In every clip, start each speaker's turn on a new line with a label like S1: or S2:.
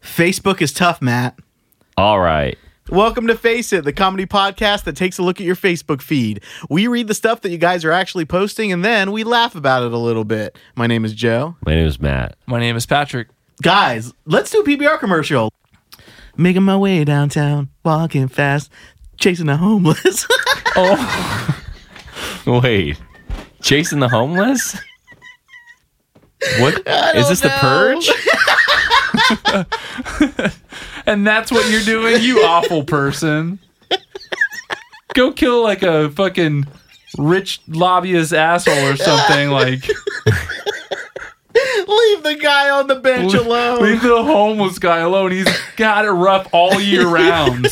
S1: Facebook is tough, Matt.
S2: All right.
S1: Welcome to Face It, the comedy podcast that takes a look at your Facebook feed. We read the stuff that you guys are actually posting and then we laugh about it a little bit. My name is Joe.
S2: My name is Matt.
S3: My name is Patrick.
S1: Guys, let's do a PBR commercial. Making my way downtown, walking fast, chasing the homeless.
S2: Wait, chasing the homeless? What is this? The
S1: know.
S2: purge?
S3: And that's what you're doing, you awful person. Go kill like a fucking rich lobbyist asshole or something. Like
S1: Leave the guy on the bench alone.
S3: leave the homeless guy alone. He's got it rough all year round.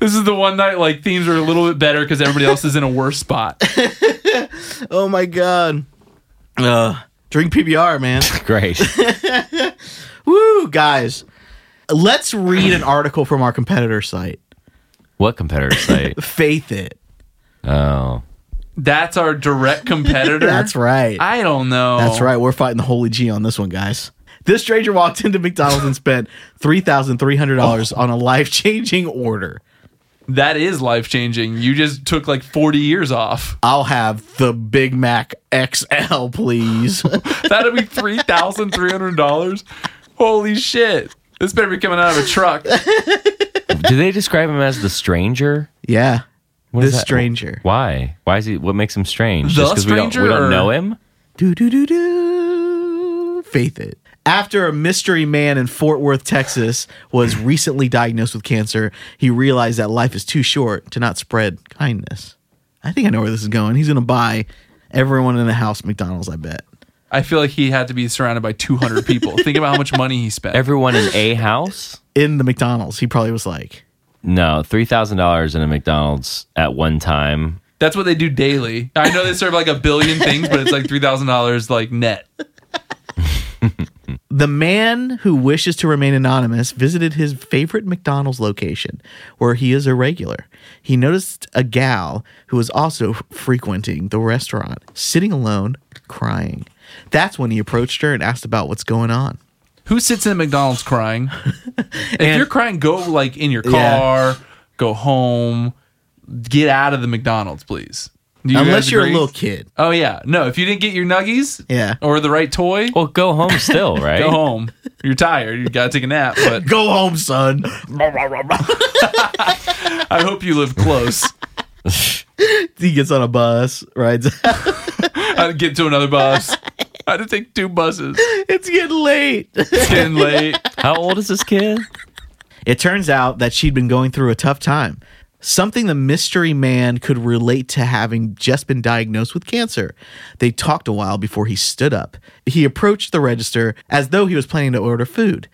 S3: this is the one night like themes are a little bit better because everybody else is in a worse spot.
S1: Oh my god. Uh, drink PBR, man.
S2: Great.
S1: Woo, guys. Let's read an article from our competitor site,
S2: What competitor site?
S1: Faith It.
S2: Oh,
S3: That's our direct competitor.
S1: That's right.
S3: I don't know.
S1: That's right. We're fighting the holy G on this one, guys. This stranger walked into McDonald's and spent $3,300 on a life changing order.
S3: That is life changing. You just took like 40 years off.
S1: I'll have the Big Mac XL, please.
S3: That'll be three thousand three hundred dollars. Holy shit! This better be coming out of a truck.
S2: do they describe him as the stranger?
S1: yeah.
S2: What is
S1: this
S2: that?
S1: stranger.
S2: Why? Why is he? What makes him strange?
S3: The
S2: we don't, we
S3: stranger,
S2: don't
S3: or-
S2: know him.
S1: Do do do do. Faith it. After a mystery man in Fort Worth, Texas, was recently diagnosed with cancer, he realized that life is too short to not spread kindness. I think I know where this is going. He's going to buy everyone in the house McDonald's. I bet.
S3: I feel like he had to be surrounded by two hundred people. Think about how much money he spent.
S2: Everyone in a house?
S1: In the McDonald's, he probably was like,
S2: No, three thousand dollars in a McDonald's at one time.
S3: That's what they do daily. I know they serve like a billion things, but it's like three thousand dollars like net.
S1: The man who wishes to remain anonymous visited his favorite McDonald's location, where he is a regular. He noticed a gal who was also frequenting the restaurant, sitting alone, crying. That's when he approached her and asked about what's going on.
S3: Who sits in McDonald's crying? If
S1: And-
S3: you're crying, go like in your car,
S1: Yeah.
S3: go home, get out of the McDonald's, please. Do you
S1: Unless
S3: guys
S1: you're a
S3: agree?
S1: little kid.
S3: Oh yeah, no. If you didn't get your nuggies,
S1: Yeah.
S3: or the right toy,
S2: Well, go home still, right?
S3: go home. You're tired. You gotta take a nap. But
S1: Go home, son.
S3: I hope you live close.
S1: He gets on a bus, rides.
S3: I would get to another bus. I had to take two buses.
S1: it's getting late.
S3: It's getting late.
S2: How old is this kid?
S1: It turns out that she'd been going through a tough time, something the mystery man could relate to having just been diagnosed with cancer. They talked a while before he stood up. He approached the register as though he was planning to order food.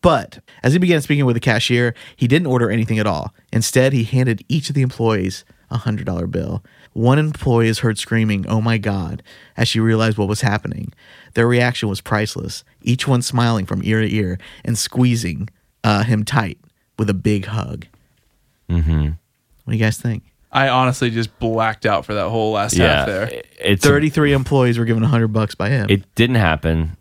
S1: But as he began speaking with the cashier, he didn't order anything at all. Instead, he handed each of the employees a $100 bill. One employee is heard screaming, Oh my God, as she realized what was happening. Their reaction was priceless, each one smiling from ear to ear and squeezing uh, him tight with a big hug. Mm-hmm. What do you guys think?
S3: I honestly just blacked out for that whole last half there.
S2: it- it's a
S1: 33 employees were given 100 bucks by him.
S2: It didn't happen.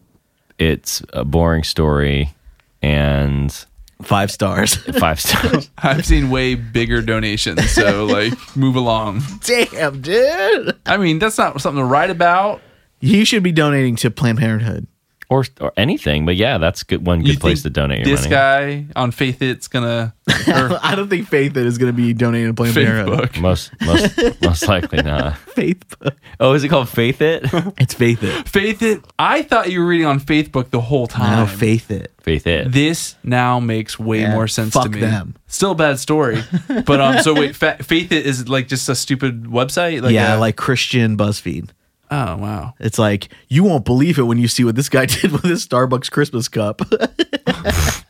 S2: It's a boring story and
S1: Five stars.
S2: five stars.
S3: I've seen way bigger donations. So like, move along.
S1: Damn, dude.
S3: I mean, that's not something to write about.
S1: You should be donating to Planned Parenthood.
S2: or or anything, but yeah, that's good one good
S3: You
S2: place to
S3: think
S2: donate your
S3: This
S2: money.
S3: guy on Faith It's gonna or
S1: I don't think Faith is going to be donating to Planned Parenthood.
S3: Facebook.
S2: Most most most likely not.
S1: Facebook.
S2: Oh, is it called Faith It?
S1: It's Faith It. Um,
S3: Faith It. I thought you were reading on Facebook the whole
S1: No,
S3: time.
S1: Faith It.
S2: Faith It.
S3: This now makes way
S1: Yeah,
S3: more sense
S1: fuck
S3: to me.
S1: them.
S3: Still a bad story, but um. So wait, fa- Faith It is like just a stupid website. Like
S1: yeah,
S3: a-
S1: like Christian BuzzFeed.
S3: oh wow.
S1: It's like you won't believe it when you see what this guy did with his Starbucks Christmas cup.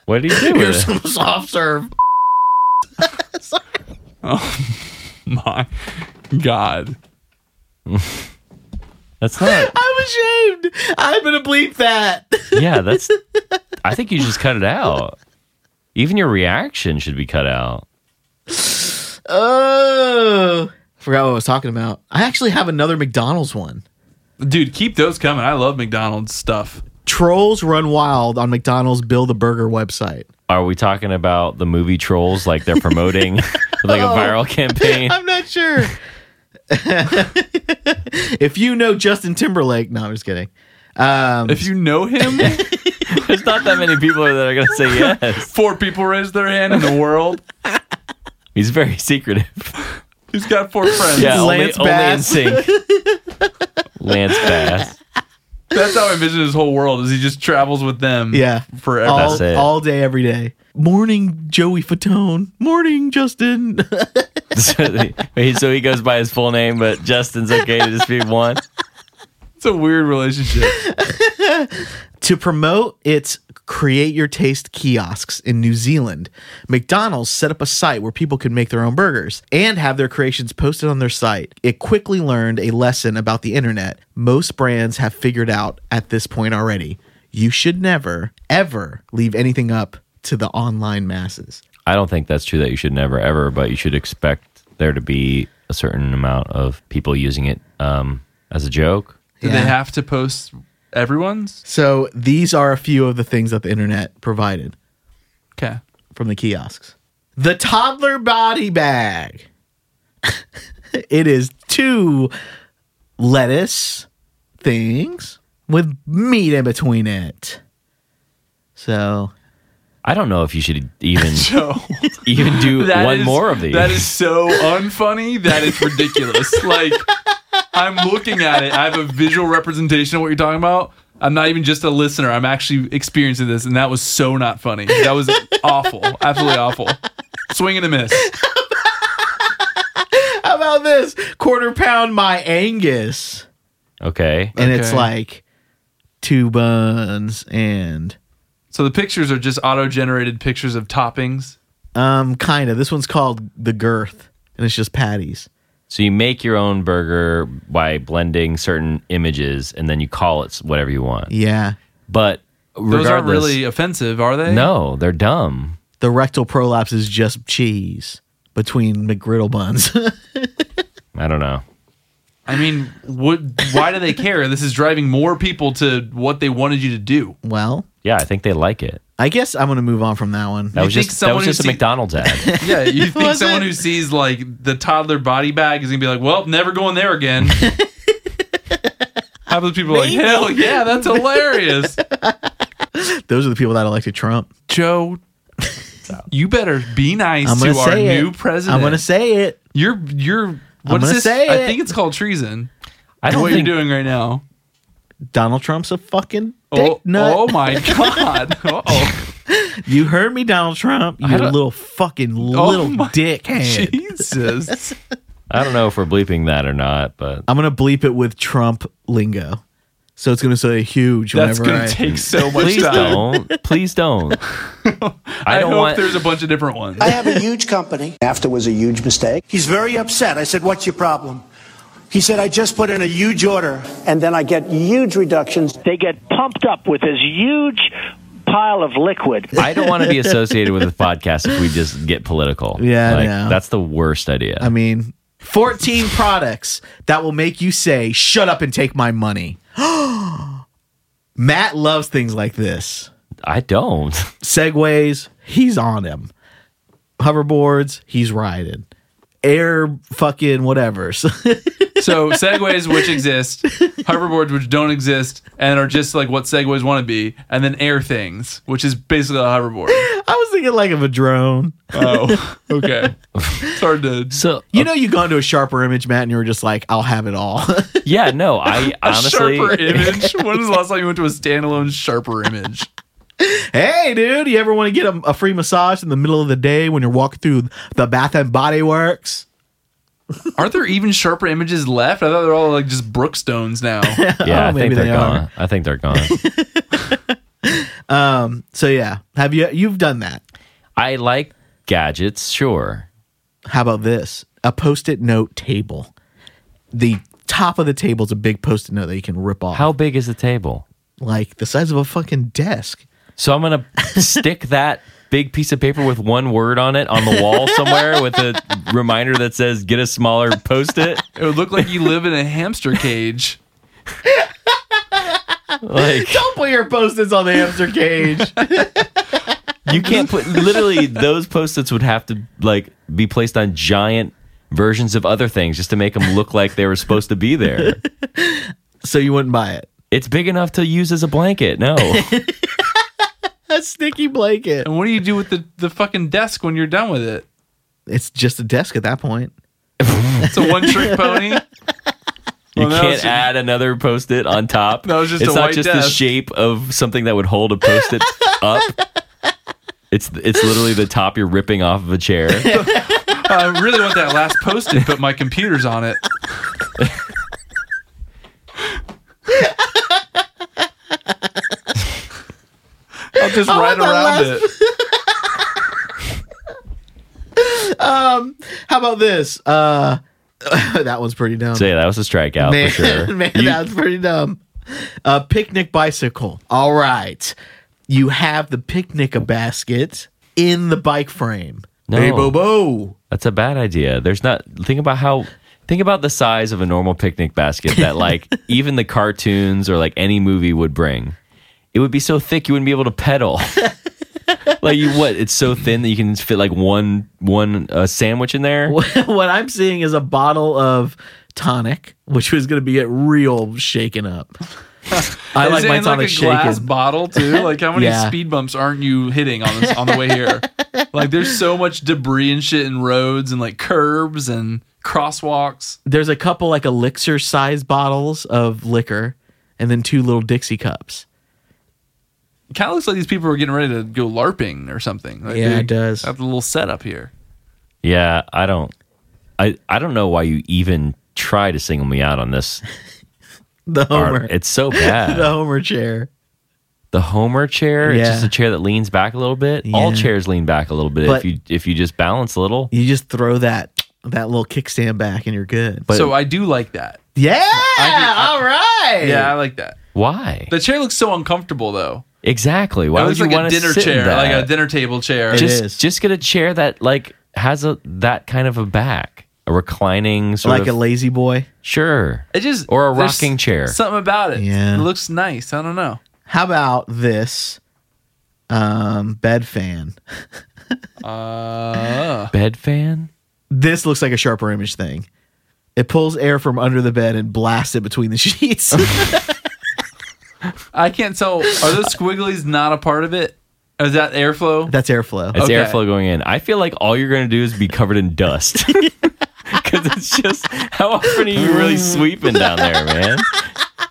S2: What do you do
S1: Here's
S2: with
S1: some
S2: it?
S1: soft serve.
S3: My God.
S2: That's not.
S1: I'm ashamed. I'm gonna bleep that.
S2: Yeah, that's. I think you just cut it out. Even your reaction should be cut out.
S1: Oh, forgot what I was talking about. I actually have another McDonald's one.
S3: Dude, keep those coming. I love McDonald's stuff.
S1: Trolls run wild on McDonald's Bill the Burger website.
S2: Are we talking about the movie Trolls? Like they're promoting like a
S3: Oh.
S2: viral campaign?
S1: I'm not sure. if you know Justin Timberlake, no, I'm just kidding. Um,
S3: If you know him,
S2: There's not that many people that are going to say yes.
S3: four people raised their hand in the world.
S2: He's very secretive.
S3: He's got four friends.
S2: Yeah,
S1: Lance
S2: only,
S1: Bass.
S2: only in sync. Lance Bass.
S3: That's how I envision his whole world is he just travels with them
S1: Yeah.
S3: forever.
S1: all,
S2: That's it.
S1: all day, every day. Morning, Joey Fatone. Morning, Justin.
S2: so, he- so he goes by his full name, but Justin's okay to just be one.
S3: It's a weird relationship.
S1: to promote its Create Your Taste kiosks in New Zealand, McDonald's set up a site where people could make their own burgers and have their creations posted on their site. It quickly learned a lesson about the internet most brands have figured out at this point already. You should never, ever leave anything up to the online masses.
S2: I don't think that's true that you should never ever, but you should expect there to be a certain amount of people using it um, as a joke.
S3: Do
S1: Yeah.
S3: they have to post everyone's?
S1: So these are a few of the things that the internet provided.
S3: Okay.
S1: from the kiosks. The toddler body bag. it is two lettuce things with meat in between it. So
S2: I don't know if you should even
S3: So
S2: even do
S3: that
S2: one
S3: is-
S2: more of these.
S3: That is so unfunny. That is ridiculous. like I'm looking at it. I have a visual representation of what you're talking about. I'm not even just a listener. I'm actually experiencing this, and that was so not funny. That was awful. Absolutely awful. Swing and a miss.
S1: how about this quarter pound my Angus?
S2: okay.
S1: And it's
S3: Okay.
S1: like two buns and
S3: So the pictures are just auto-generated pictures of toppings.
S1: um kind of. This one's called the girth and it's just patties.
S2: So you make your own burger by blending certain images, and then you call it whatever you want.
S1: Yeah.
S2: But
S3: Those
S2: regardless,
S3: aren't really offensive, are they?
S2: no, they're dumb.
S1: The rectal prolapse is just cheese between McGriddle buns.
S2: I don't know.
S3: I mean, what? Why do they care? This is driving more people to what they wanted you to do.
S1: well,
S2: Yeah, I think they like it.
S1: I guess I'm gonna move on from that one.
S2: That
S3: You
S2: was
S3: think
S2: just that
S3: someone
S2: was
S3: who
S2: just a
S3: see-
S2: McDonald's ad.
S3: Yeah, you think
S1: Was
S3: someone
S1: it?
S3: who sees like the toddler body bag is gonna be like, "Well, never going there again." Half of the people are like,
S1: Maybe.
S3: "Hell yeah, that's hilarious."
S1: Those are the people that elected Trump.
S3: Joe, you better be nice
S1: I'm gonna
S3: to our
S1: say it.
S3: new president.
S1: I'm gonna say it.
S3: you're you're. What is
S1: gonna
S3: this?
S1: say
S3: I
S1: it.
S3: think it's called treason.
S2: I don't
S3: what
S2: think
S3: you're doing right now.
S1: Donald Trump's a fucking dick
S3: Oh,
S1: nut.
S3: oh my god. Uh-oh.
S1: You heard me, Donald Trump. You
S2: don't-
S1: little fucking
S3: Oh
S1: little
S3: my-
S1: dickhead.
S3: Jesus.
S2: I don't know if we're bleeping that or not, but
S1: I'm gonna bleep it with Trump lingo, so it's gonna say huge.
S3: That's
S1: whenever
S3: gonna
S1: I-
S3: take so much
S2: please
S3: time.
S2: don't. Please don't.
S3: I,
S2: I don't
S3: hope
S2: want.
S3: there's a bunch of different ones.
S4: I have a huge company. NAFTA was a huge mistake. He's very upset. I said, What's your problem? He said, I just put in a huge order. And then I get huge reductions.
S5: they get pumped up with this huge pile of liquid.
S2: I don't want to be associated with a podcast if we just get political.
S1: Yeah, I
S2: like,
S1: know.
S2: that's the worst idea.
S1: I mean, 14 products that will make you say, "Shut up and take my money." Matt loves things like this.
S2: I don't.
S1: segways, he's on him. Hoverboards, he's riding. Air fucking whatever.
S3: So segways which exist, hoverboards which don't exist, and are just like what segways want to be, and then air things, which is basically a hoverboard.
S1: I was thinking like of a drone.
S3: Oh, okay. It's hard to.
S2: So
S1: You know, you gone to a sharper image, Matt, and you were just like, "I'll have it all."
S2: yeah, no. I honestly,
S3: sharper image. When was the last time you went to a standalone sharper image?
S1: hey, dude, you ever want to get a, a free massage in the middle of the day when you're walking through the Bath and Body Works?
S3: Aren't there even sharper images left? I thought they're all like just Brookstones now.
S2: yeah,
S1: Oh,
S2: I
S1: maybe
S2: think they're
S1: they are.
S2: gone. I think they're gone.
S1: So yeah, have you you've done that?
S2: I like gadgets, sure.
S1: How about this? A post-it note table. The top of the table is a big post-it note that you can rip off,
S2: How big is the table?
S1: like the size of a fucking desk.
S2: So I'm gonna stick that big piece of paper with one word on it on the wall somewhere with a reminder that says "Get a smaller post-it."
S3: It would look like you live in a hamster cage.
S2: Like
S1: Don't put your post-its on the hamster cage.
S2: you can't put literally those post-its would have to like be placed on giant versions of other things just to make them look like they were supposed to be there.
S1: so you wouldn't buy it.
S2: It's big enough to use as a blanket. No.
S1: A sneaky blanket.
S3: And what do you do with the, the fucking desk when you're done with it?
S1: It's just a desk at that point.
S3: It's a one trick pony.
S2: You
S3: Well, that
S2: can't
S3: was-
S2: add another post it on top.
S3: That was just
S2: it's
S3: a
S2: not
S3: white
S2: just the
S3: desk.
S2: shape of something that would hold a post it up. It's it's literally the top you're ripping off of a chair.
S3: I really want that last post-it, but my computer's on it. I'll just ride
S1: that
S3: around
S1: last-
S3: it.
S1: How about this? Uh, that one's pretty dumb.
S2: so yeah, that was a strikeout
S1: man,
S2: for sure.
S1: man,
S2: You-
S1: that's pretty dumb. A picnic bicycle. All right. You have the picnic basket in the bike frame.
S2: No.
S1: Hey, Bobo.
S2: that's a bad idea. There's not think about how think about the size of a normal picnic basket that like even the cartoons or like any movie would bring. It would be so thick you wouldn't be able to pedal. like you what? It's so thin that you can fit like one one uh, sandwich in there.
S1: what I'm seeing is a bottle of tonic, which was going to be get real shaken up. I
S3: Is
S1: like
S3: it
S1: my
S3: in like
S1: tonic
S3: a glass
S1: shaken.
S3: bottle too? Like how many
S1: Yeah.
S3: speed bumps aren't you hitting on this on the way here? like there's so much debris and shit in roads and like curbs and crosswalks.
S1: There's a couple like elixir size bottles of liquor, and then two little Dixie cups.
S3: It kind of looks like these people are getting ready to go larping or something. Like,
S1: Yeah,
S3: they
S1: it does.
S3: Have the little setup here.
S2: Yeah, I don't I I don't know why you even try to single me out on this.
S1: The
S2: art.
S1: Homer,
S2: It's so
S1: the
S2: bad.
S1: Homer chair.
S2: the Homer chair, it's
S1: Yeah.
S2: just a chair that leans back a little bit. All
S1: Yeah.
S2: chairs lean back a little bit
S1: But-
S2: if you if you just balance a little.
S1: You just throw that that little kickstand back, and you're good. But
S3: so I do like that.
S1: yeah, all right.
S3: Yeah, I like that.
S2: Why?
S3: The chair looks so uncomfortable though.
S2: exactly. Why
S3: it
S2: would
S3: looks
S2: you
S3: like a
S2: want to
S3: dinner
S2: sit in
S3: chair,
S2: that?
S3: like a dinner table chair.
S1: It
S2: just
S1: is.
S2: just get a chair that like has a that kind of a back, a reclining sort
S1: like a
S2: of
S1: lazy boy.
S2: sure.
S3: it just
S2: or a
S3: there's
S2: rocking chair.
S3: Something about it.
S1: Yeah.
S3: It looks nice. I don't know.
S1: How about this um, bed fan?
S3: Uh,
S2: Bed fan?
S1: This looks like a sharper image thing. It pulls air from under the bed and blasts it between the sheets.
S3: I can't tell. Are those squigglies not a part of it? Is that airflow?
S1: That's airflow.
S2: It's
S3: Okay.
S2: airflow going in. I feel like all you're going to do is be covered in dust. Because it's just, how often are you really sweeping down there, man?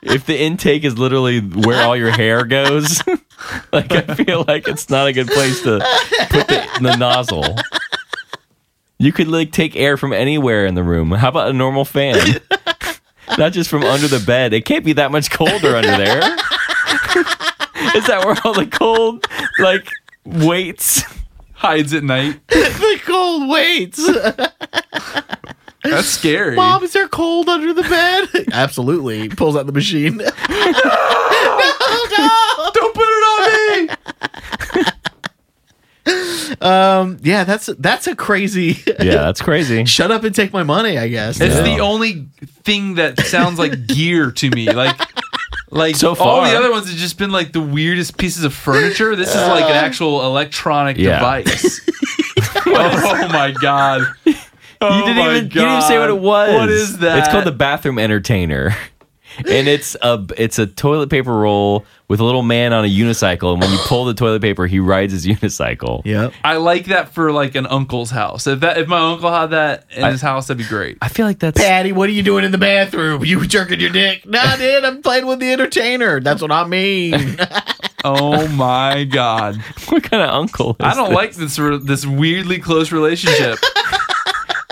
S2: If the intake is literally where all your hair goes, like I feel like it's not a good place to put the, the nozzle. You could like take air from anywhere in the room. How about a normal fan? Not just from under the bed. It can't be that much colder under there. is that where all the cold like weights?
S3: Hides at night.
S1: the cold weights.
S3: That's scary.
S1: Mom, is there cold under the bed? Absolutely. Pulls out the machine. no, no.
S3: Don't put it on me.
S1: Yeah, that's that's a crazy.
S2: Yeah, that's crazy.
S1: Shut up and take my money. I guess.
S3: It's
S2: Yeah.
S3: the only thing that sounds like gear to me. Like, like
S2: So
S3: all the
S2: far.
S3: other ones have just been like the weirdest pieces of furniture. This is like an actual electronic
S2: Yeah.
S3: device. oh my god! Oh
S2: you, didn't
S3: my
S2: even, you didn't even say what it
S3: God.
S2: was.
S3: What is that?
S2: It's called the bathroom entertainer. And it's a it's a toilet paper roll with a little man on a unicycle, and when you pull the toilet paper, he rides his unicycle.
S1: Yep.
S3: I like that for like an uncle's house. If that if my uncle had that in his house, that'd be great.
S2: I feel like that's
S1: Patty, what are you doing in the bathroom? You jerking your dick? Nah, dude, I'm playing with the entertainer. That's what I mean.
S3: Oh my god!
S2: what kind of uncle. Is
S3: I don't like this re- this weirdly close relationship.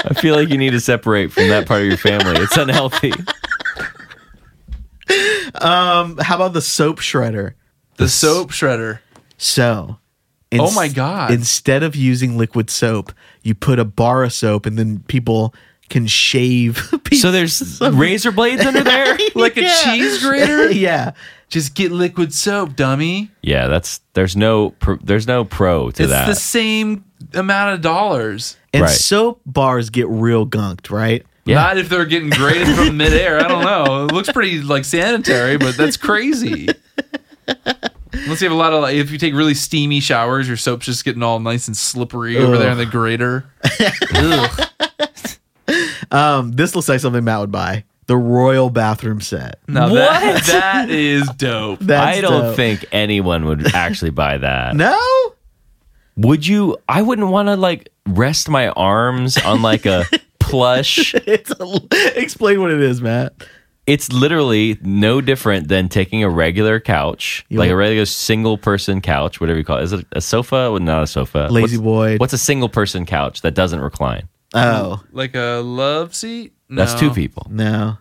S2: I feel like you need to separate from that part of your family. It's unhealthy.
S1: How about the soap shredder?
S3: The soap shredder.
S1: So,
S3: Oh my God.
S1: Instead of using liquid soap, you put a bar of soap, and then people can shave. Pieces.
S2: So there's razor blades under there.
S3: Like a
S1: Yeah.
S3: cheese grater?
S1: yeah,
S3: Just get liquid soap, dummy.
S2: Yeah, that's there's no pro, there's no pro to
S3: It's
S2: that.
S3: the same amount of dollars.
S1: and
S2: Right.
S1: soap bars get real gunked, right?
S2: Yeah.
S3: Not if they're getting graded from midair. I don't know. It looks pretty like sanitary, but that's crazy. Unless you have a lot of like, if you take really steamy showers, your soap's just getting all nice and slippery over there in the grater. Ugh.
S1: Um, this looks like something Matt would buy. The royal bathroom set.
S3: Now That, that is dope.
S1: That's
S2: I don't
S1: dope.
S2: think anyone would actually buy that.
S1: No.
S2: Would you? I wouldn't want to like rest my arms on like a plush.
S1: It's a, explain what it is, Matt.
S2: It's literally no different than taking a regular couch,
S1: You
S2: like
S1: want-
S2: a regular single person couch, whatever you call it. Is it a sofa? Well, not a sofa.
S1: Lazy
S2: what's,
S1: boy.
S2: What's a single person couch that doesn't recline?
S1: Oh
S3: Like a love seat?
S2: That's
S3: No.
S2: two people.
S1: no.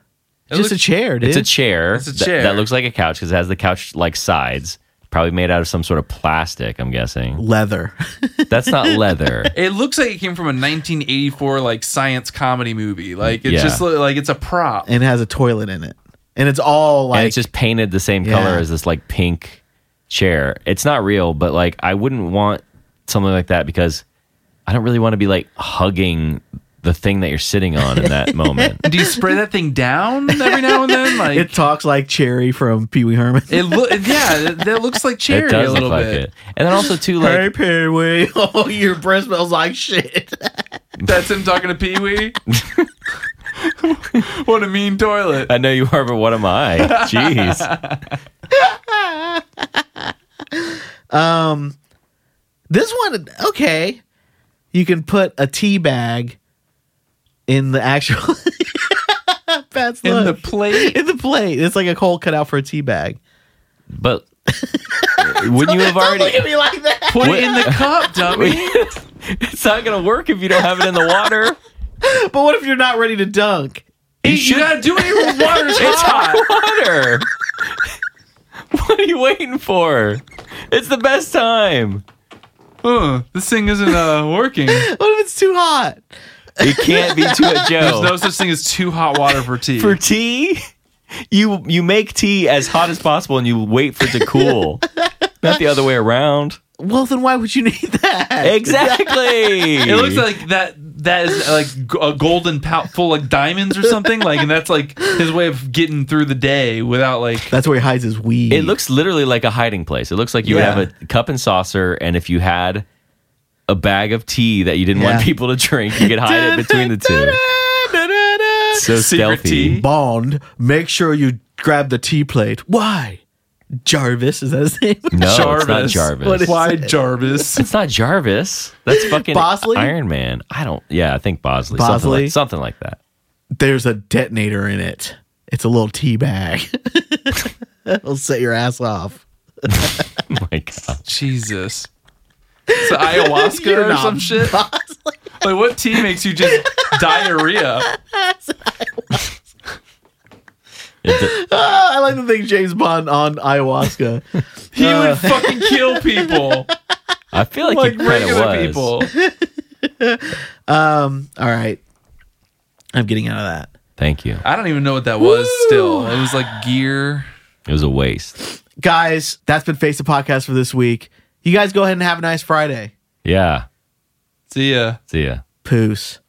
S3: It
S1: Just a
S3: looks-
S1: chair, dude.
S2: It's a chair.
S3: It's a
S2: tha-
S3: chair.
S2: that looks like a couch because it has the couch like sides, probably made out of some sort of plastic. I'm guessing
S1: Leather.
S2: that's not leather.
S3: It looks like it came from a 1984 like science comedy movie. Like it's
S2: Yeah.
S3: just li- like it's a prop.
S1: and it has a toilet in it. And it's all like
S2: and it's just painted the same color
S1: Yeah.
S2: as this like pink chair. It's not real, but like I wouldn't want something like that because I don't really want to be like hugging the thing that you're sitting on in that moment.
S3: Do you spray that thing down every now and then? Like
S1: it talks like Cherry from Pee Wee Herman.
S3: It look yeah, that, that looks like cherry
S2: it does
S3: a
S2: look
S3: little
S2: like
S3: bit.
S2: it. And then also too
S1: hey
S2: like
S1: Pee Wee, oh your breath smells like shit.
S3: That's him talking to Pee Wee. what a mean toilet.
S2: I know you are, but what am I? Jeez.
S1: This one, okay, you can put a tea bag in the actual. Pat's
S3: In the
S1: look.
S3: plate.
S1: in the plate. It's like a hole cut out for a tea bag.
S2: But wouldn't you have
S1: Don't look
S2: already
S1: at me like that.
S3: Put
S2: What-
S3: it in the cup, dummy.
S2: it's not gonna work if you don't have it in the water.
S1: But what if you're not ready to dunk?
S3: you, gotta do it here with water's hot.
S2: Water. what are you waiting for? It's the best time.
S3: Huh, this thing isn't uh, working. There's
S1: What if it's too hot?
S2: It can't be too Joe.
S3: no such thing as too hot water for tea.
S2: for tea, you you make tea as hot as possible and you wait for it to cool. Not the other way around.
S1: Well, then why would you need that?
S2: Exactly.
S3: it looks like that that is uh, like g- a golden pout full of diamonds or something like and that's like his way of getting through the day without like
S1: That's where he hides his weed.
S2: It looks literally like a hiding place. It looks like you
S1: Yeah.
S2: would have a cup and saucer, and if you had a bag of tea that you didn't
S1: Yeah.
S2: want people to drink, you could hide it between the two. So
S3: Secret
S2: stealthy.
S3: tea.
S1: Bond, make sure you grab the tea plate. Why? Jarvis, is that his name?
S2: No, it's not
S3: Jarvis.
S2: Jarvis.
S1: What is-
S3: why Jarvis
S2: It's not Jarvis. That's fucking
S1: Bosley?
S2: Iron Man. I don't. Yeah, I think Bosley. Something
S1: Bosley?
S2: like, something like that.
S1: There's a detonator in it. It's a little tea bag. It'll set your ass off.
S2: Oh my god.
S3: Jesus. It's ayahuasca
S1: You're
S3: or
S1: not
S3: some shit.
S1: Bosley.
S3: Like what tea makes you just diarrhea?
S2: It-
S1: Ah, I like to think James Bond on ayahuasca.
S3: He would fucking kill people.
S2: I feel like,
S3: Like
S2: it kind of
S3: regular
S2: was.
S3: people.
S1: All right. I'm getting out of that.
S2: Thank you.
S3: I don't even know what that was still. It was like gear.
S2: It was a waste.
S1: Guys, that's been Face the Podcast for this week. You guys go ahead and have a nice Friday.
S2: Yeah.
S3: See ya.
S2: See ya.
S1: Poos.